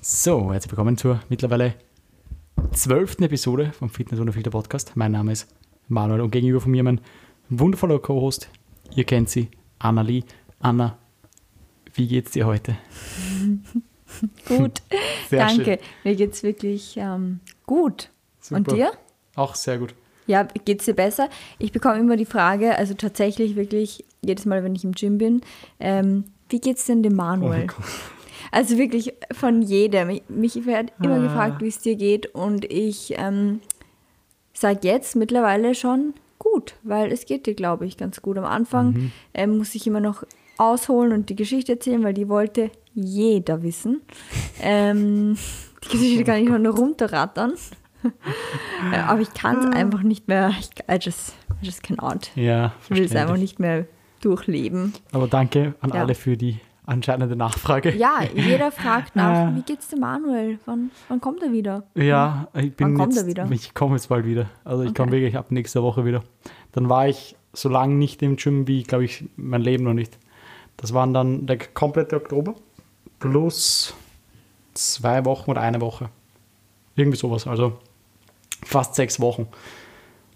So, herzlich willkommen zur mittlerweile zwölften Episode vom Fitness ohne Filter Podcast. Mein Name ist Manuel und gegenüber von mir mein wundervoller Co-Host. Ihr kennt sie, Annalie. Anna, wie geht's dir heute? Gut, Sehr danke. schön. Mir geht's wirklich ähm, gut. Super. Und dir? Auch sehr gut. Ja, geht's dir besser? Ich bekomme immer die Frage, also tatsächlich wirklich jedes Mal, wenn ich im Gym bin, ähm, wie geht's denn dem Oh Manuel? Gott. also wirklich von jedem. Ich- Mich wird immer Ah. gefragt, wie es dir geht und ich ähm, sage jetzt mittlerweile schon gut, weil es geht dir, glaube ich, ganz gut. Am Anfang Mhm. ähm, muss ich immer noch ausholen und die Geschichte erzählen, weil die wollte jeder wissen. ähm, die Geschichte kann ich noch nur runterrattern. Äh, Ah. Aber ich kann es einfach nicht mehr. Ich, I just, I just can out. Ja, Ich will es einfach verständlich. nicht mehr durchleben. Aber danke an Ja. alle für die anscheinende Nachfrage. Ja, jeder fragt nach, Ja. wie geht's dem Manuel? Wann, wann kommt er wieder? Ja, ich bin Hm? kommt jetzt, er wieder? ich komme jetzt bald wieder. Also ich komme Okay. wirklich ab nächster Woche wieder. Dann war ich so lange nicht im Gym wie, glaube ich, mein Leben noch nicht. Das waren dann der komplette Oktober plus zwei Wochen oder eine Woche. Irgendwie sowas. Also fast sechs Wochen.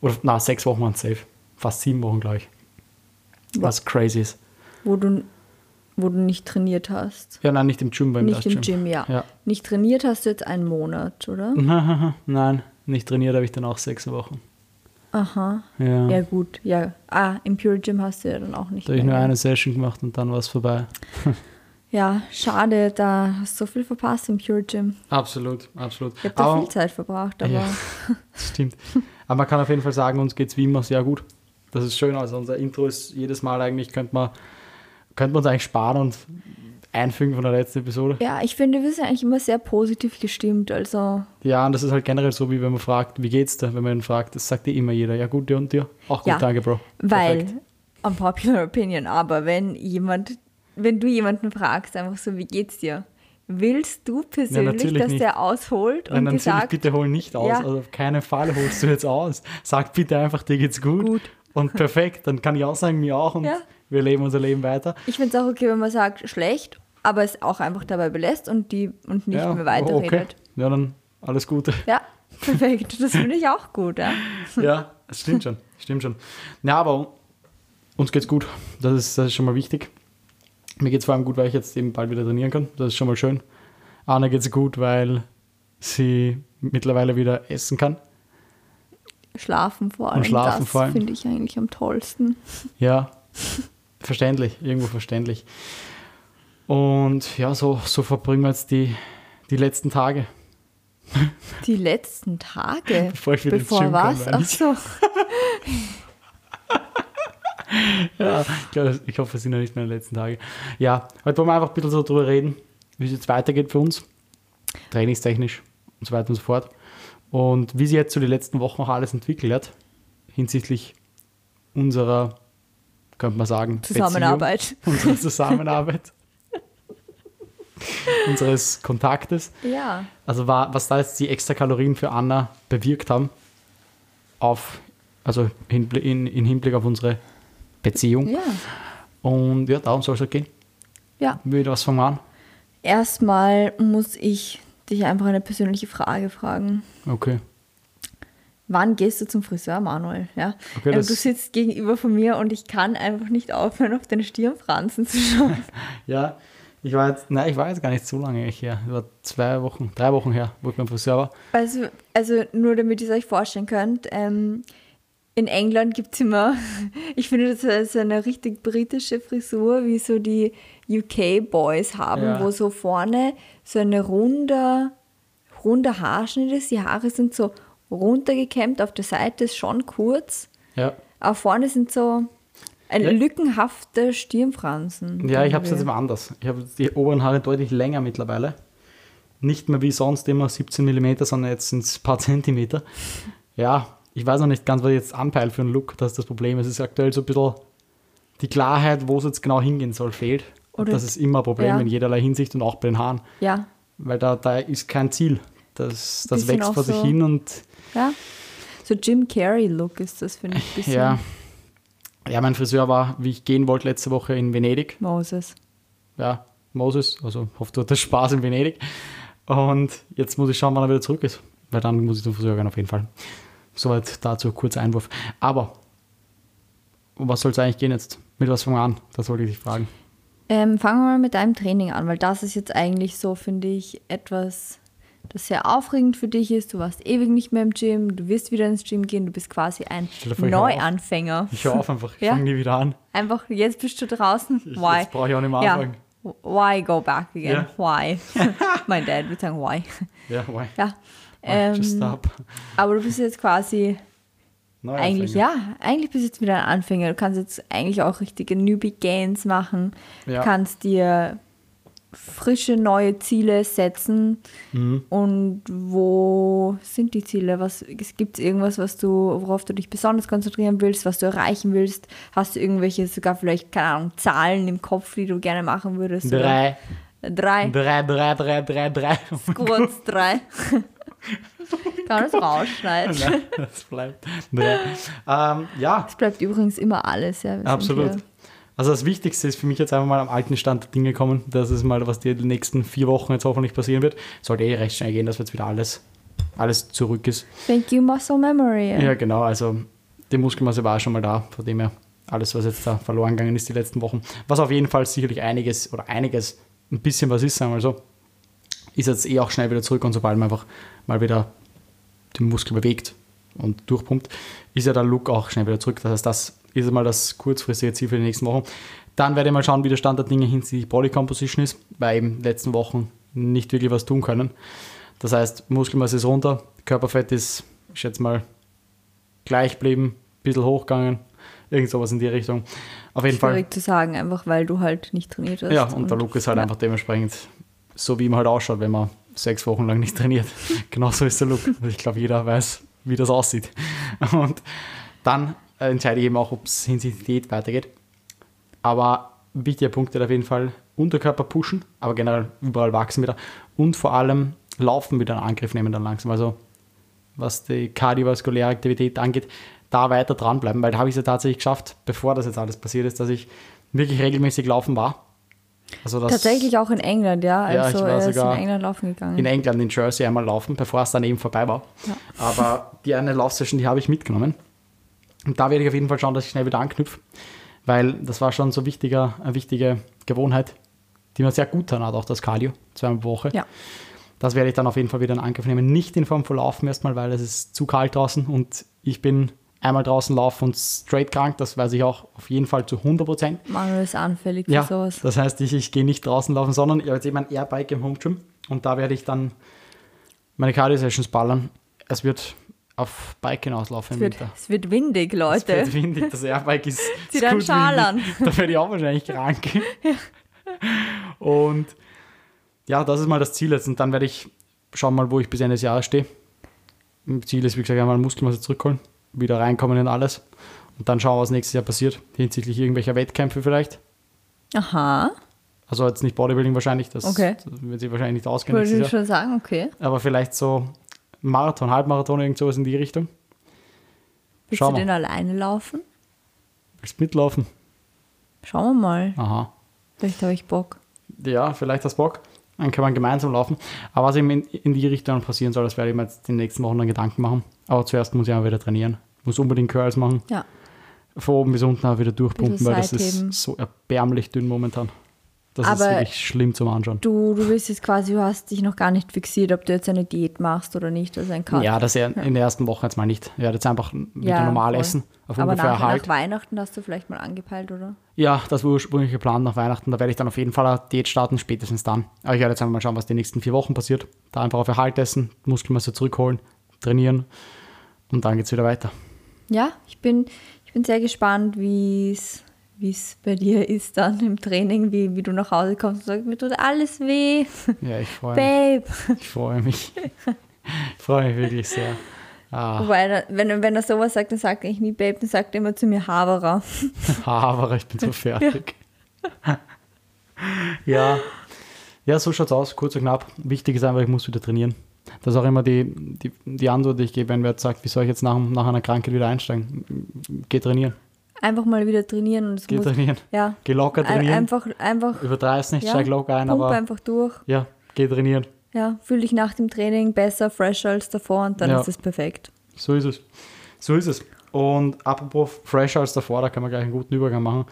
Oder na, sechs Wochen waren safe. Fast sieben Wochen gleich. Was crazy ist. Wo du, wo du nicht trainiert hast. Ja, nein, nicht im Gym, beim Nicht im Gym. Gym, ja. Ja. Mhm. Nicht trainiert hast du jetzt einen Monat, oder? Nein, nicht trainiert habe ich dann auch sechs Wochen. Aha. Ja. Ja, gut, ja. Ah, im Pure Gym hast du ja dann auch nicht. Da habe ich nur mehr. eine Session gemacht und dann war es vorbei. Ja, schade, da hast du so viel verpasst im Pure Gym. Absolut, absolut. Ich habe da Aber, viel Zeit verbracht, aber Ja. stimmt. Aber man kann auf jeden Fall sagen, uns geht es wie immer sehr gut. Das ist schön. Also unser Intro ist jedes Mal eigentlich, könnte man, könnte man uns eigentlich sparen und einfügen von der letzten Episode. ja, ich finde, wir sind eigentlich immer sehr positiv gestimmt. Also, Ja, und das ist halt generell so, wie wenn man fragt, wie geht's dir, wenn man ihn fragt, das sagt dir immer jeder, ja gut, dir und dir. Auch gut, Ja, danke, Bro. weil, Perfekt. unpopular opinion, aber wenn jemand, wenn du jemanden fragst, einfach so, wie geht's dir? Willst du persönlich, natürlich dass nicht. der ausholt und Nein, natürlich, gesagt, bitte hol nicht aus. Ja. Also auf keinen Fall holst du jetzt aus. Sag bitte einfach, dir geht's gut. Gut. Und perfekt, dann kann ich auch sagen, mir auch und Ja. wir leben unser Leben weiter. Ich finde es auch okay, wenn man sagt, schlecht, aber es auch einfach dabei belässt und die und nicht mehr oh, weiterredet. Ja, dann alles Gute. Ja, perfekt. Das finde ich auch gut, ja. ja, es stimmt schon. Stimmt schon. Na, aber uns geht's gut. Das ist, das ist schon mal wichtig. Mir geht's vor allem gut, weil ich jetzt eben bald wieder trainieren kann. Das ist schon mal schön. Anna geht's gut, weil sie mittlerweile wieder essen kann. Schlafen vor allem. Schlafen das vor allem. finde ich eigentlich am tollsten. Ja, verständlich, irgendwo verständlich. Und ja, so, so verbringen wir jetzt die, die letzten Tage. Die letzten Tage. Bevor ich wieder ins Gym Bevor komme, was? meine Ach ich. so. Ja, ich, glaub, ich hoffe, es sind ja nicht meine letzten Tage. Ja, heute wollen wir einfach ein bisschen so drüber reden, wie es jetzt weitergeht für uns, trainingstechnisch und so weiter und so fort. Und wie sich jetzt so die letzten Wochen auch alles entwickelt hat, hinsichtlich unserer, könnte man sagen, Zusammenarbeit. Beziehung, unserer Zusammenarbeit, unseres Kontaktes. Ja. Also war, was da jetzt die extra Kalorien für Anna bewirkt haben, auf, also hinbl- in, in Hinblick auf unsere Beziehung. Ja. Und ja, darum soll es halt gehen. Ja. Würde was fangen wir an? Erstmal muss ich dich einfach eine persönliche Frage fragen. Okay. Wann gehst du zum Friseur, Manuel? Ja? Okay, Ähm, das- du sitzt gegenüber von mir und ich kann einfach nicht aufhören, auf deine Stirnfransen zu schauen. Ja, ich war jetzt, nein, ich war jetzt gar nicht so lange eigentlich her. Ich war zwei Wochen, drei Wochen her, wo ich beim Friseur war. Also, also nur damit ihr es euch vorstellen könnt, ähm, in England gibt es immer, ich finde das ist eine richtig britische Frisur, wie so die UK-Boys haben, Ja. wo so vorne so eine runde, runde Haarschnitt ist. Die Haare sind so runtergekämmt, auf der Seite ist schon kurz, Ja. aber vorne sind so ein Ja. lückenhafte Stirnfransen. Ja, ich habe es jetzt immer anders. Ich habe die oberen Haare deutlich länger mittlerweile. Nicht mehr wie sonst immer 17 mm, sondern jetzt sind es ein paar Zentimeter. Ja, ich weiß noch nicht ganz, was ich jetzt anpeile für einen Look. Das ist das Problem. Es ist aktuell so ein bisschen die Klarheit, wo es jetzt genau hingehen soll, fehlt. Und Oder- das ist immer ein Problem ja. in jederlei Hinsicht und auch bei den Haaren. Ja, Weil da, da ist kein Ziel. Das, das Bisschen wächst auch vor sich so- hin und ja. So Jim Carrey-Look ist das, finde ich, ein bisschen ja. Ja, mein Friseur war, wie ich gehen wollte, letzte Woche in Venedig. Moses. Ja, Moses, also hofft, du hattest Spaß in Venedig. Und jetzt muss ich schauen, wann er wieder zurück ist. Weil dann muss ich zum Friseur gehen, auf jeden Fall. Soweit dazu kurzer Einwurf. Aber um was soll es eigentlich gehen jetzt? Mit was fangen wir an? Das wollte ich dich fragen. Ähm, fangen wir mal mit deinem Training an, weil das ist jetzt eigentlich so, finde ich, etwas, das sehr aufregend für dich ist. Du warst ewig nicht mehr im Gym, du wirst wieder ins Gym gehen, du bist quasi ein Stell dir vor, ich hör auf. Neuanfänger. Ich höre auf einfach, ich Ja. fange nie wieder an. Einfach, jetzt bist du draußen. Ich, Why? jetzt brauche ich auch nicht mehr ja. anfangen. Why go back again? Ja. Why? mein Dad würde sagen, why? Ja, why? ja. why just Ähm, stop. aber du bist jetzt quasi Neuanfänger. eigentlich, ja, eigentlich bist du jetzt wieder ein Anfänger. Du kannst jetzt eigentlich auch richtige Newbie Gains machen. Ja. Kannst dir frische neue Ziele setzen. Mhm. Und wo sind die Ziele? Was gibt es irgendwas, was du, worauf du dich besonders konzentrieren willst, was du erreichen willst? Hast du irgendwelche sogar vielleicht, keine Ahnung, Zahlen im Kopf, die du gerne machen würdest? Oder- Drei, Drei. drei, drei, drei, drei, drei. Kurz drei. Kann man das rausschneiden? Nein, das bleibt. Drei. Ähm, ja, Es bleibt übrigens immer alles, ja. wir sind Absolut. hier- Also das Wichtigste ist für mich jetzt einfach mal am alten Stand der Dinge kommen. Das ist mal, was die nächsten vier Wochen jetzt hoffentlich passieren wird. Sollte eh recht schnell gehen, dass jetzt wieder alles, alles zurück ist. Thank you, Muscle Memory. Ja, genau. Also die Muskelmasse war schon mal da, von dem her alles, was jetzt da verloren gegangen ist die letzten Wochen. Was auf jeden Fall sicherlich einiges oder einiges, ein bisschen was ist, sagen wir mal so, ist jetzt eh auch schnell wieder zurück und sobald man einfach mal wieder den Muskel bewegt und durchpumpt, ist ja der Look auch schnell wieder zurück. Das heißt, das ist mal das kurzfristige Ziel für die nächsten Wochen. Dann werde ich mal schauen, wie der Stand der Dinge hinsichtlich Body Composition ist, weil eben die letzten Wochen nicht wirklich was tun können. Das heißt, Muskelmasse ist runter, Körperfett ist, ich schätze mal, gleich blieben, ein bisschen hochgegangen, irgend sowas in die Richtung. Auf jeden Fall. Schwierig zu sagen, einfach weil du halt nicht trainiert hast. Ja, und der Look ist halt ja. einfach dementsprechend so, wie man halt ausschaut, wenn man sechs Wochen lang nicht trainiert. genau so ist der Look. Und ich glaube, jeder weiß, wie das aussieht. Und dann äh, entscheide ich eben auch, ob es hinsichtlich Diät weitergeht. Aber wichtiger Punkt ist auf jeden Fall Unterkörper pushen, aber generell überall wachsen wieder. Und vor allem Laufen wieder in Angriff nehmen dann langsam. Also was die kardiovaskuläre Aktivität angeht, da weiter dranbleiben, weil da habe ich es ja tatsächlich geschafft, bevor das jetzt alles passiert ist, dass ich wirklich regelmäßig laufen war. Also das Tatsächlich auch in England, ja. Ja, ich Also war er ist in sogar England laufen gegangen. in England, in Jersey einmal laufen, bevor es dann eben vorbei war. Aber die eine Laufsession, die habe ich mitgenommen. Und da werde ich auf jeden Fall schauen, dass ich schnell wieder anknüpfe, weil das war schon so wichtiger, eine wichtige Gewohnheit, die man sehr gut getan hat, auch das Cardio, zweimal pro Woche. ja. Das werde ich dann auf jeden Fall wieder in Angriff nehmen. Nicht in Form von Laufen erstmal, weil es ist zu kalt draußen und ich bin einmal draußen laufen und straight krank. Das weiß ich auch auf jeden Fall zu 100 Prozent. Manuel ist anfällig für Ja, sowas. das heißt, ich, ich gehe nicht draußen laufen, sondern ich habe jetzt eben ein Airbike im Home Gym und da werde ich dann meine Cardio-Sessions ballern. Es wird auf Bike hinauslaufen Es im wird, Winter. es wird windig, Es Leute. wird windig, das Airbike ist. Zieh ist deinen gut Schal windig. an. Da werde ich auch wahrscheinlich krank. Und ja, das ist mal das Ziel jetzt. Und dann werde ich schauen, mal, wo ich bis Ende des Jahres stehe. Ziel ist, wie gesagt, einmal Muskelmasse zurückholen, wieder reinkommen in alles. Und dann schauen, was nächstes Jahr passiert, hinsichtlich irgendwelcher Wettkämpfe vielleicht. Aha. Also jetzt nicht Bodybuilding wahrscheinlich, das Okay. wird sich wahrscheinlich nicht ausgehen. Wollte ich nächstes Jahr. schon sagen, okay. Aber vielleicht so Marathon, Halbmarathon, irgend sowas in die Richtung. Willst Schauen du wir. den alleine laufen? Willst mitlaufen? Schauen wir mal. Aha. Vielleicht habe ich Bock. Ja, vielleicht hast Bock. Dann kann man gemeinsam laufen. Aber was eben in, in die Richtung passieren soll, das werde ich mir jetzt in den nächsten Wochen dann Gedanken machen. Aber zuerst muss ich einmal wieder trainieren. Muss unbedingt Curls machen. Ja. Von oben bis unten auch wieder durchpumpen, Bisschen weil das seitheben. ist so erbärmlich dünn momentan. Das ist Aber wirklich schlimm zum Anschauen. Du, du bist jetzt quasi, du hast dich noch gar nicht fixiert, ob du jetzt eine Diät machst oder nicht. Das ist ein Cut. Ja, das er- in der ersten Woche jetzt mal nicht. Ich werde jetzt einfach wieder Ja, normal voll. essen. Auf Aber ungefähr halt. nach, Erhalt. nach Weihnachten hast du vielleicht mal angepeilt, oder? Ja, das war ursprünglich geplant nach Weihnachten. Da werde ich dann auf jeden Fall eine Diät starten, spätestens dann. Aber ich werde jetzt einfach mal schauen, was die nächsten vier Wochen passiert. Da einfach auf Erhalt essen, Muskelmasse zurückholen, trainieren und dann geht es wieder weiter. Ja, ich bin, ich bin sehr gespannt, wie es wie es bei dir ist dann im Training, wie, wie du nach Hause kommst und sagst, mir tut alles weh. Ja, ich freue Babe. mich. Ich freue mich. Ich freue mich wirklich sehr. Ah, Wobei, da- wenn, wenn er sowas sagt, dann sagt er eigentlich nie Babe, dann sagt er immer zu mir Haberer. aber ich bin so fertig. Ja. Ja, so schaut's aus, kurz und knapp. Wichtig ist einfach, ich muss wieder trainieren. Das ist auch immer die, die, die Antwort, die ich gebe, wenn wer jetzt sagt, wie soll ich jetzt nach, nach einer Krankheit wieder einsteigen? Geh trainieren, Einfach mal wieder trainieren und es geh muss. trainieren. Ja. Geh locker Ein, trainieren. einfach, einfach Übertreib's nicht, Ja. steig locker ein, pump aber einfach durch. ja, geh trainieren. Ja, fühle dich nach dem Training besser, fresher als davor und dann Ja. ist es perfekt. So ist es. So ist es. Und apropos fresher als davor, da können wir gleich einen guten Übergang machen.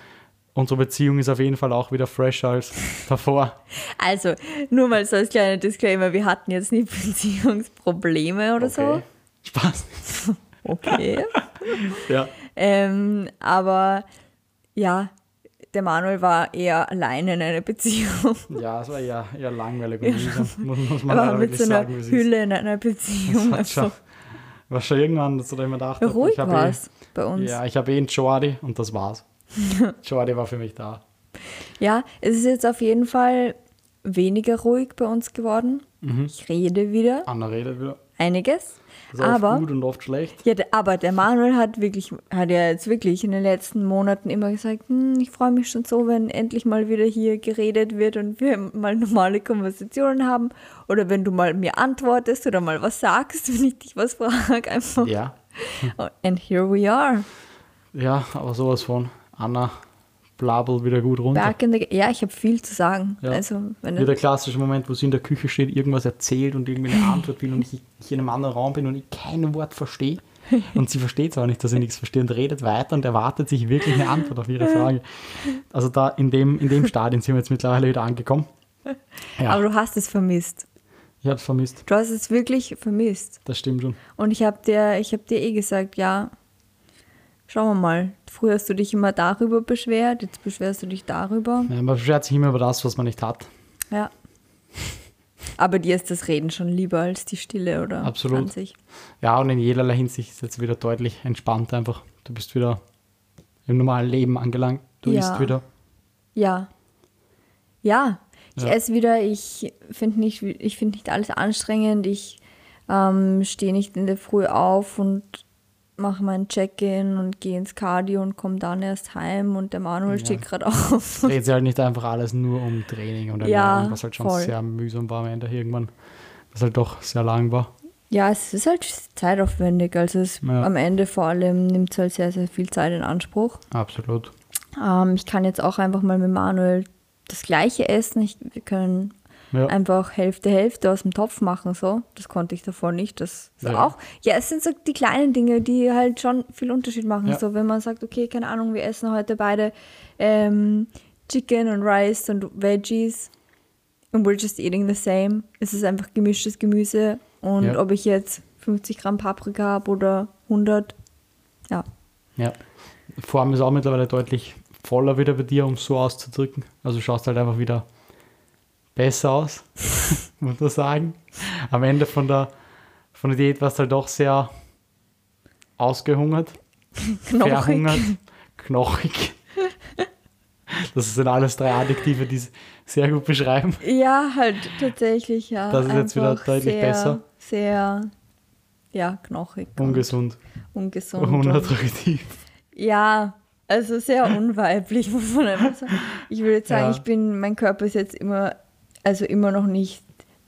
Unsere Beziehung ist auf jeden Fall auch wieder fresher als davor. Also, nur mal so als kleiner Disclaimer, wir hatten jetzt nicht Beziehungsprobleme oder so. Spaß. Okay. Ja. ähm, aber ja, der Manuel war eher alleine in einer Beziehung. Ja, es war eher, eher langweilig und mühsam, muss, muss man Er war leider mit wirklich so einer sagen, wie es ist. Hülle in einer Beziehung. Hat schon, einfach. war schon irgendwann, dass du da immer gedacht hast, Ruhig ich habe war eh, es bei uns. ja, ich hab eh einen Jordi und das war's. Jordi war für mich da. Ja, es ist jetzt auf jeden Fall weniger ruhig bei uns geworden. Ich rede wieder Anna redet wieder. einiges. Mhm. Das ist oft Aber, gut und oft schlecht. ja, d- aber der Manuel hat wirklich, hat ja jetzt wirklich in den letzten Monaten immer gesagt, hm, ich freue mich schon so, wenn endlich mal wieder hier geredet wird und wir mal normale Konversationen haben. Oder wenn du mal mir antwortest oder mal was sagst, wenn ich dich was frage. Einfach. Oh, Ja. And here we are. Ja, aber sowas von. Anna blabel wieder gut runter. Back in the ja, ich habe viel zu sagen. Ja. Also, wenn Wieder der klassische Moment, wo sie in der Küche steht, irgendwas erzählt und irgendwie eine Antwort will und ich, ich in einem anderen Raum bin und ich kein Wort verstehe. Und sie versteht es auch nicht, dass sie nichts versteht und redet weiter und erwartet sich wirklich eine Antwort auf ihre Frage. Also da in dem, in dem Stadion sind wir jetzt mittlerweile wieder angekommen. Ja, Aber du hast es vermisst. ich habe es vermisst. Du hast es wirklich vermisst. Das stimmt schon. Und ich habe dir, ich hab dir eh gesagt, ja, schauen wir mal. Früher hast du dich immer darüber beschwert, jetzt beschwerst du dich darüber. Ja, man beschwert sich immer über das, was man nicht hat. Ja. Aber dir ist das Reden schon lieber als die Stille, oder? Absolut. An sich. Ja, und in jederlei Hinsicht ist es jetzt wieder deutlich entspannt einfach. Du bist wieder im normalen Leben angelangt. Du Ja. isst wieder. Ja. Ja. Ich Ja. esse wieder, ich finde nicht, ich find nicht alles anstrengend, ich ähm, stehe nicht in der Früh auf und mache meinen Check-in und gehe ins Cardio und komme dann erst heim und der Manuel Ja. steht gerade auf. dreht sich halt nicht einfach alles nur um Training und Ja, Ernährung, was halt schon voll. sehr mühsam war am Ende irgendwann, was halt doch sehr lang war. Ja, es ist halt zeitaufwendig. Also es Ja. am Ende vor allem nimmt es halt sehr, sehr viel Zeit in Anspruch. Absolut. Ähm, ich kann jetzt auch einfach mal mit Manuel das gleiche essen. Ich, wir können Ja. einfach Hälfte, Hälfte aus dem Topf machen. so. Das konnte ich davor nicht. Das ist Ja. auch. Ja, es sind so die kleinen Dinge, die halt schon viel Unterschied machen. Ja. So, wenn man sagt, okay, keine Ahnung, wir essen heute beide ähm, Chicken und Rice und Veggies and we're just eating the same. Es ist einfach gemischtes Gemüse und Ja. ob ich jetzt 50 Gramm Paprika habe oder 100, ja. Ja. Die Form ist auch mittlerweile deutlich voller wieder bei dir, um es so auszudrücken. Also du schaust halt einfach wieder besser aus, muss man sagen. Am Ende von der, von der Diät warst du halt doch sehr ausgehungert, verhungert, Knochig. knochig. Das sind alles drei Adjektive, die es sehr gut beschreiben. Ja, halt tatsächlich, ja. Das ist jetzt wieder Einfach deutlich sehr, besser. Sehr, ja, knochig. Ungesund. und ungesund. und- Unattraktiv. Ja, also sehr unweiblich, muss man einfach sagen. Ich würde jetzt sagen, Ja. ich bin, mein Körper ist jetzt immer, also immer noch nicht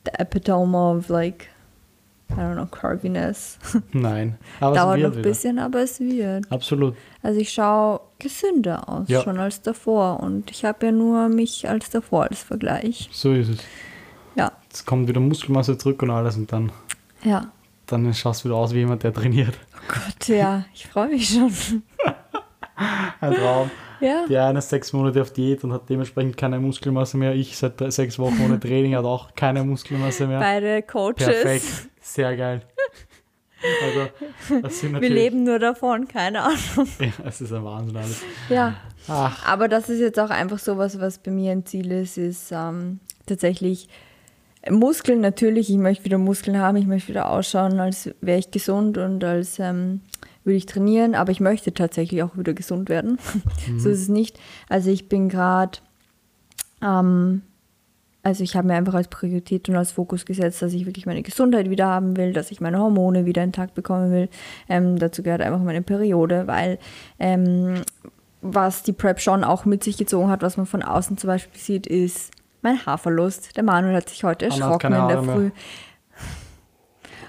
the epitome of like, I don't know, curviness. Nein. Aber Dauert es noch wird ein wieder. bisschen, aber es wird. Absolut. Also ich schaue gesünder aus Ja. schon als davor und ich habe ja nur mich als davor als Vergleich. So ist es. Ja, Jetzt kommt wieder Muskelmasse zurück und alles und dann, ja. dann schaust du wieder aus wie jemand, der trainiert. Oh Gott, ja, ich freue mich schon. Ein Traum. Ja, Der eine ist sechs Monate auf Diät und hat dementsprechend keine Muskelmasse mehr. Ich seit drei- sechs Wochen ohne Training hat auch keine Muskelmasse mehr. beide Coaches. Perfekt. Sehr geil. Also, das sind Wir natürlich, leben nur davon, keine Ahnung. Ja, es ist ein Wahnsinn alles. Ja. Ach, Aber das ist jetzt auch einfach sowas, was bei mir ein Ziel ist, ist ähm, tatsächlich Muskeln natürlich. Ich möchte wieder Muskeln haben, ich möchte wieder ausschauen, als wäre ich gesund und als ähm, würde ich trainieren. Aber ich möchte tatsächlich auch wieder gesund werden. so ist es nicht. Also ich bin gerade, ähm, also ich habe mir einfach als Priorität und als Fokus gesetzt, dass ich wirklich meine Gesundheit wieder haben will, dass ich meine Hormone wieder intakt bekommen will. Ähm, dazu gehört einfach meine Periode, weil ähm, was die Prep schon auch mit sich gezogen hat, was man von außen zum Beispiel sieht, ist mein Haarverlust. Der Manuel hat sich heute hat erschrocken keine in der Haare mehr. Früh.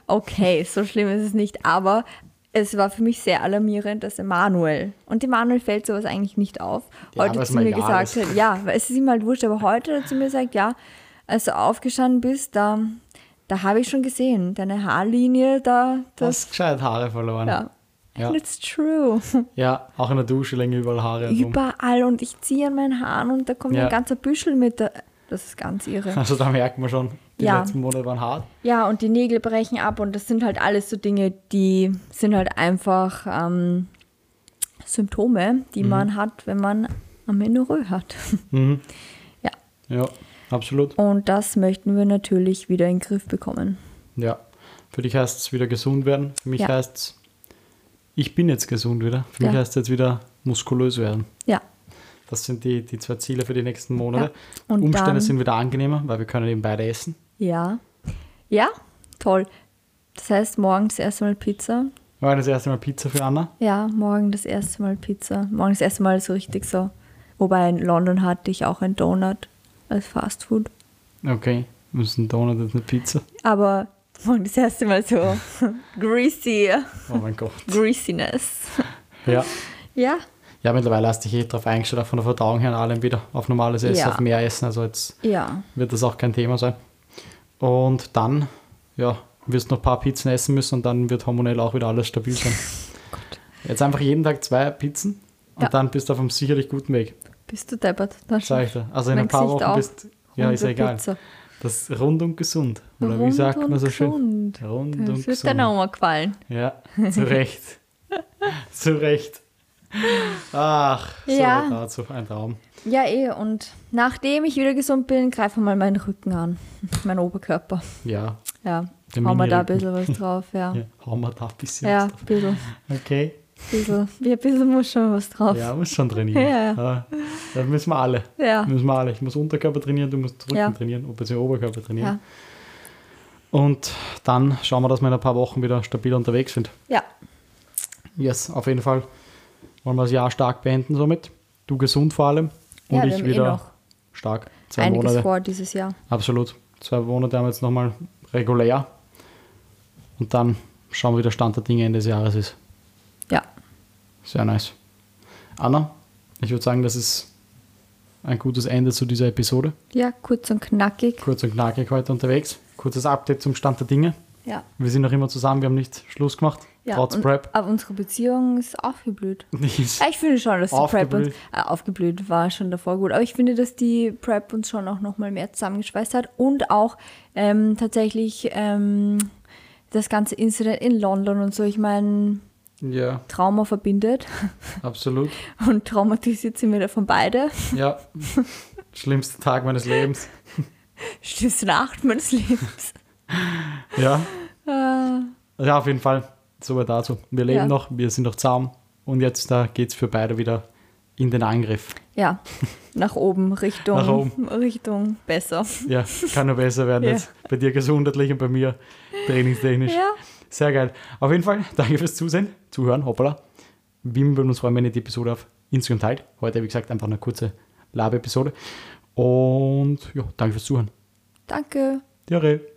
Okay, so schlimm ist es nicht, aber es war für mich sehr alarmierend, dass der Manuel, und dem Manuel fällt sowas eigentlich nicht auf, Ja, heute weil's zu mal mir egal gesagt ist. hat, ja, weil es ist ihm halt wurscht, aber heute hat er zu mir sagt, ja, als du aufgestanden bist, da Da habe ich schon gesehen, deine Haarlinie da, Du das, hast gescheit Haare verloren. ja. Oh. Ja. And it's true. Ja, auch in der Dusche länger überall Haare herum. Überall und ich ziehe an meinen Haaren und da kommt Ja. ein ganzer Büschel mit. Da- Das ist ganz irre. Also da merkt man schon, die Ja. letzten Monate waren hart. Ja, und die Nägel brechen ab und das sind halt alles so Dinge, die sind halt einfach ähm, Symptome, die man hat, wenn man Amenorrhoe hat. Mhm. Ja, Ja, absolut. und das möchten wir natürlich wieder in den Griff bekommen. Ja. Für dich heißt es wieder gesund werden. Für mich Ja. heißt es, ich bin jetzt gesund wieder. Für mich Ja. heißt es jetzt wieder muskulös werden. Ja, Das sind die, die zwei Ziele für die nächsten Monate. Ja. Und Umstände dann- sind wieder angenehmer, weil wir können eben beide essen. ja, ja, toll. Das heißt, morgen das erste Mal Pizza. Wir machen das erste Mal Pizza für Anna. Ja, morgen das erste Mal Pizza. Morgen das erste Mal so richtig so. Wobei in London hatte ich auch ein Donut als Fastfood. Okay, wir müssen Donut und eine Pizza. Aber morgen das erste Mal so greasy, Oh mein Gott. greasiness. Ja. Ja, ja, mittlerweile hast du dich eh drauf eingestellt, auch von der Verdauung her und allem wieder auf normales Essen, Ja. auf mehr Essen. Also jetzt ja, wird das auch kein Thema sein. Und dann, ja, wirst noch ein paar Pizzen essen müssen und dann wird hormonell auch wieder alles stabil sein. Jetzt einfach jeden Tag zwei Pizzen und Ja. dann bist du auf einem sicherlich guten Weg, bist du deppert. Dann sag ich dir. Also in Mein ein paar Gesicht Wochen auch. bist ja, ist ja Runde egal. Pizza. Das ist rund und gesund. Oder wie Rund sagt und man so schön? gesund. Rund und Das wird gesund. deiner Oma gefallen. Ja, zu Recht. zu Recht. Ach, so Ja. dazu, ein Traum. Ja, eh. Und nachdem ich wieder gesund bin, greife mal meinen Rücken an. Mein Oberkörper. Ja, Ja, Den hauen wir da ein Mini-Rücken. bisschen was drauf. Ja, ja, hauen wir da ein bisschen ja, was ein drauf. bisschen. Okay. bisschen. Ja, ein bisschen muss schon was drauf. Ja, muss schon trainieren. Ja. Aber Da müssen wir alle. Ja. Müssen wir alle. Ich muss Unterkörper trainieren, du musst Rücken Ja. trainieren, beziehungsweise Oberkörper trainieren. Ja. Und dann schauen wir, dass wir in ein paar Wochen wieder stabil unterwegs sind. ja. Yes, auf jeden Fall wollen wir das Jahr stark beenden somit. Du gesund vor allem und Ja, wir ich haben eh wieder noch stark. Zwei Einiges Monate. vor dieses Jahr. Absolut. Zwei Monate haben wir jetzt nochmal regulär. Und dann schauen wir, wie der Stand der Dinge Ende des Jahres ist. Ja. Sehr nice. Anna, ich würde sagen, das ist ein gutes Ende zu dieser Episode. Ja, kurz und knackig. Kurz und knackig heute unterwegs. Kurzes Update zum Stand der Dinge. Ja. Wir sind noch immer zusammen, wir haben nicht Schluss gemacht. ja. Trotz und- Prep. Aber unsere Beziehung ist aufgeblüht. Nichts. Ja, Ich finde schon, dass die Prep uns Aufgeblüht. äh, aufgeblüht war schon davor gut. Aber ich finde, dass die Prep uns schon auch nochmal mehr zusammengeschweißt hat und auch ähm, tatsächlich ähm, das ganze Incident in London und so. Ich meine, Ja, Trauma verbindet absolut. und traumatisiert sind wir davon beide. Ja. Schlimmster Tag meines Lebens. Schlimmste Nacht meines Lebens. Ja. Äh, Ja, auf jeden Fall. So weit dazu. Wir leben Ja. noch, wir sind noch zusammen. Und jetzt da geht es für beide wieder in den Angriff. ja, nach oben, Richtung, Nach oben. Richtung besser. Ja, kann nur besser werden Ja. jetzt. Bei dir gesundheitlich und bei mir trainingstechnisch. Ja. Sehr geil. Auf jeden Fall, danke fürs Zusehen, Zuhören, hoppala. Wie wir würden uns freuen, wenn ihr die Episode auf Instagram teilt. Heute, wie gesagt, einfach eine kurze Labe-Episode. Und ja, danke fürs Zuhören. Danke. Diarrhee.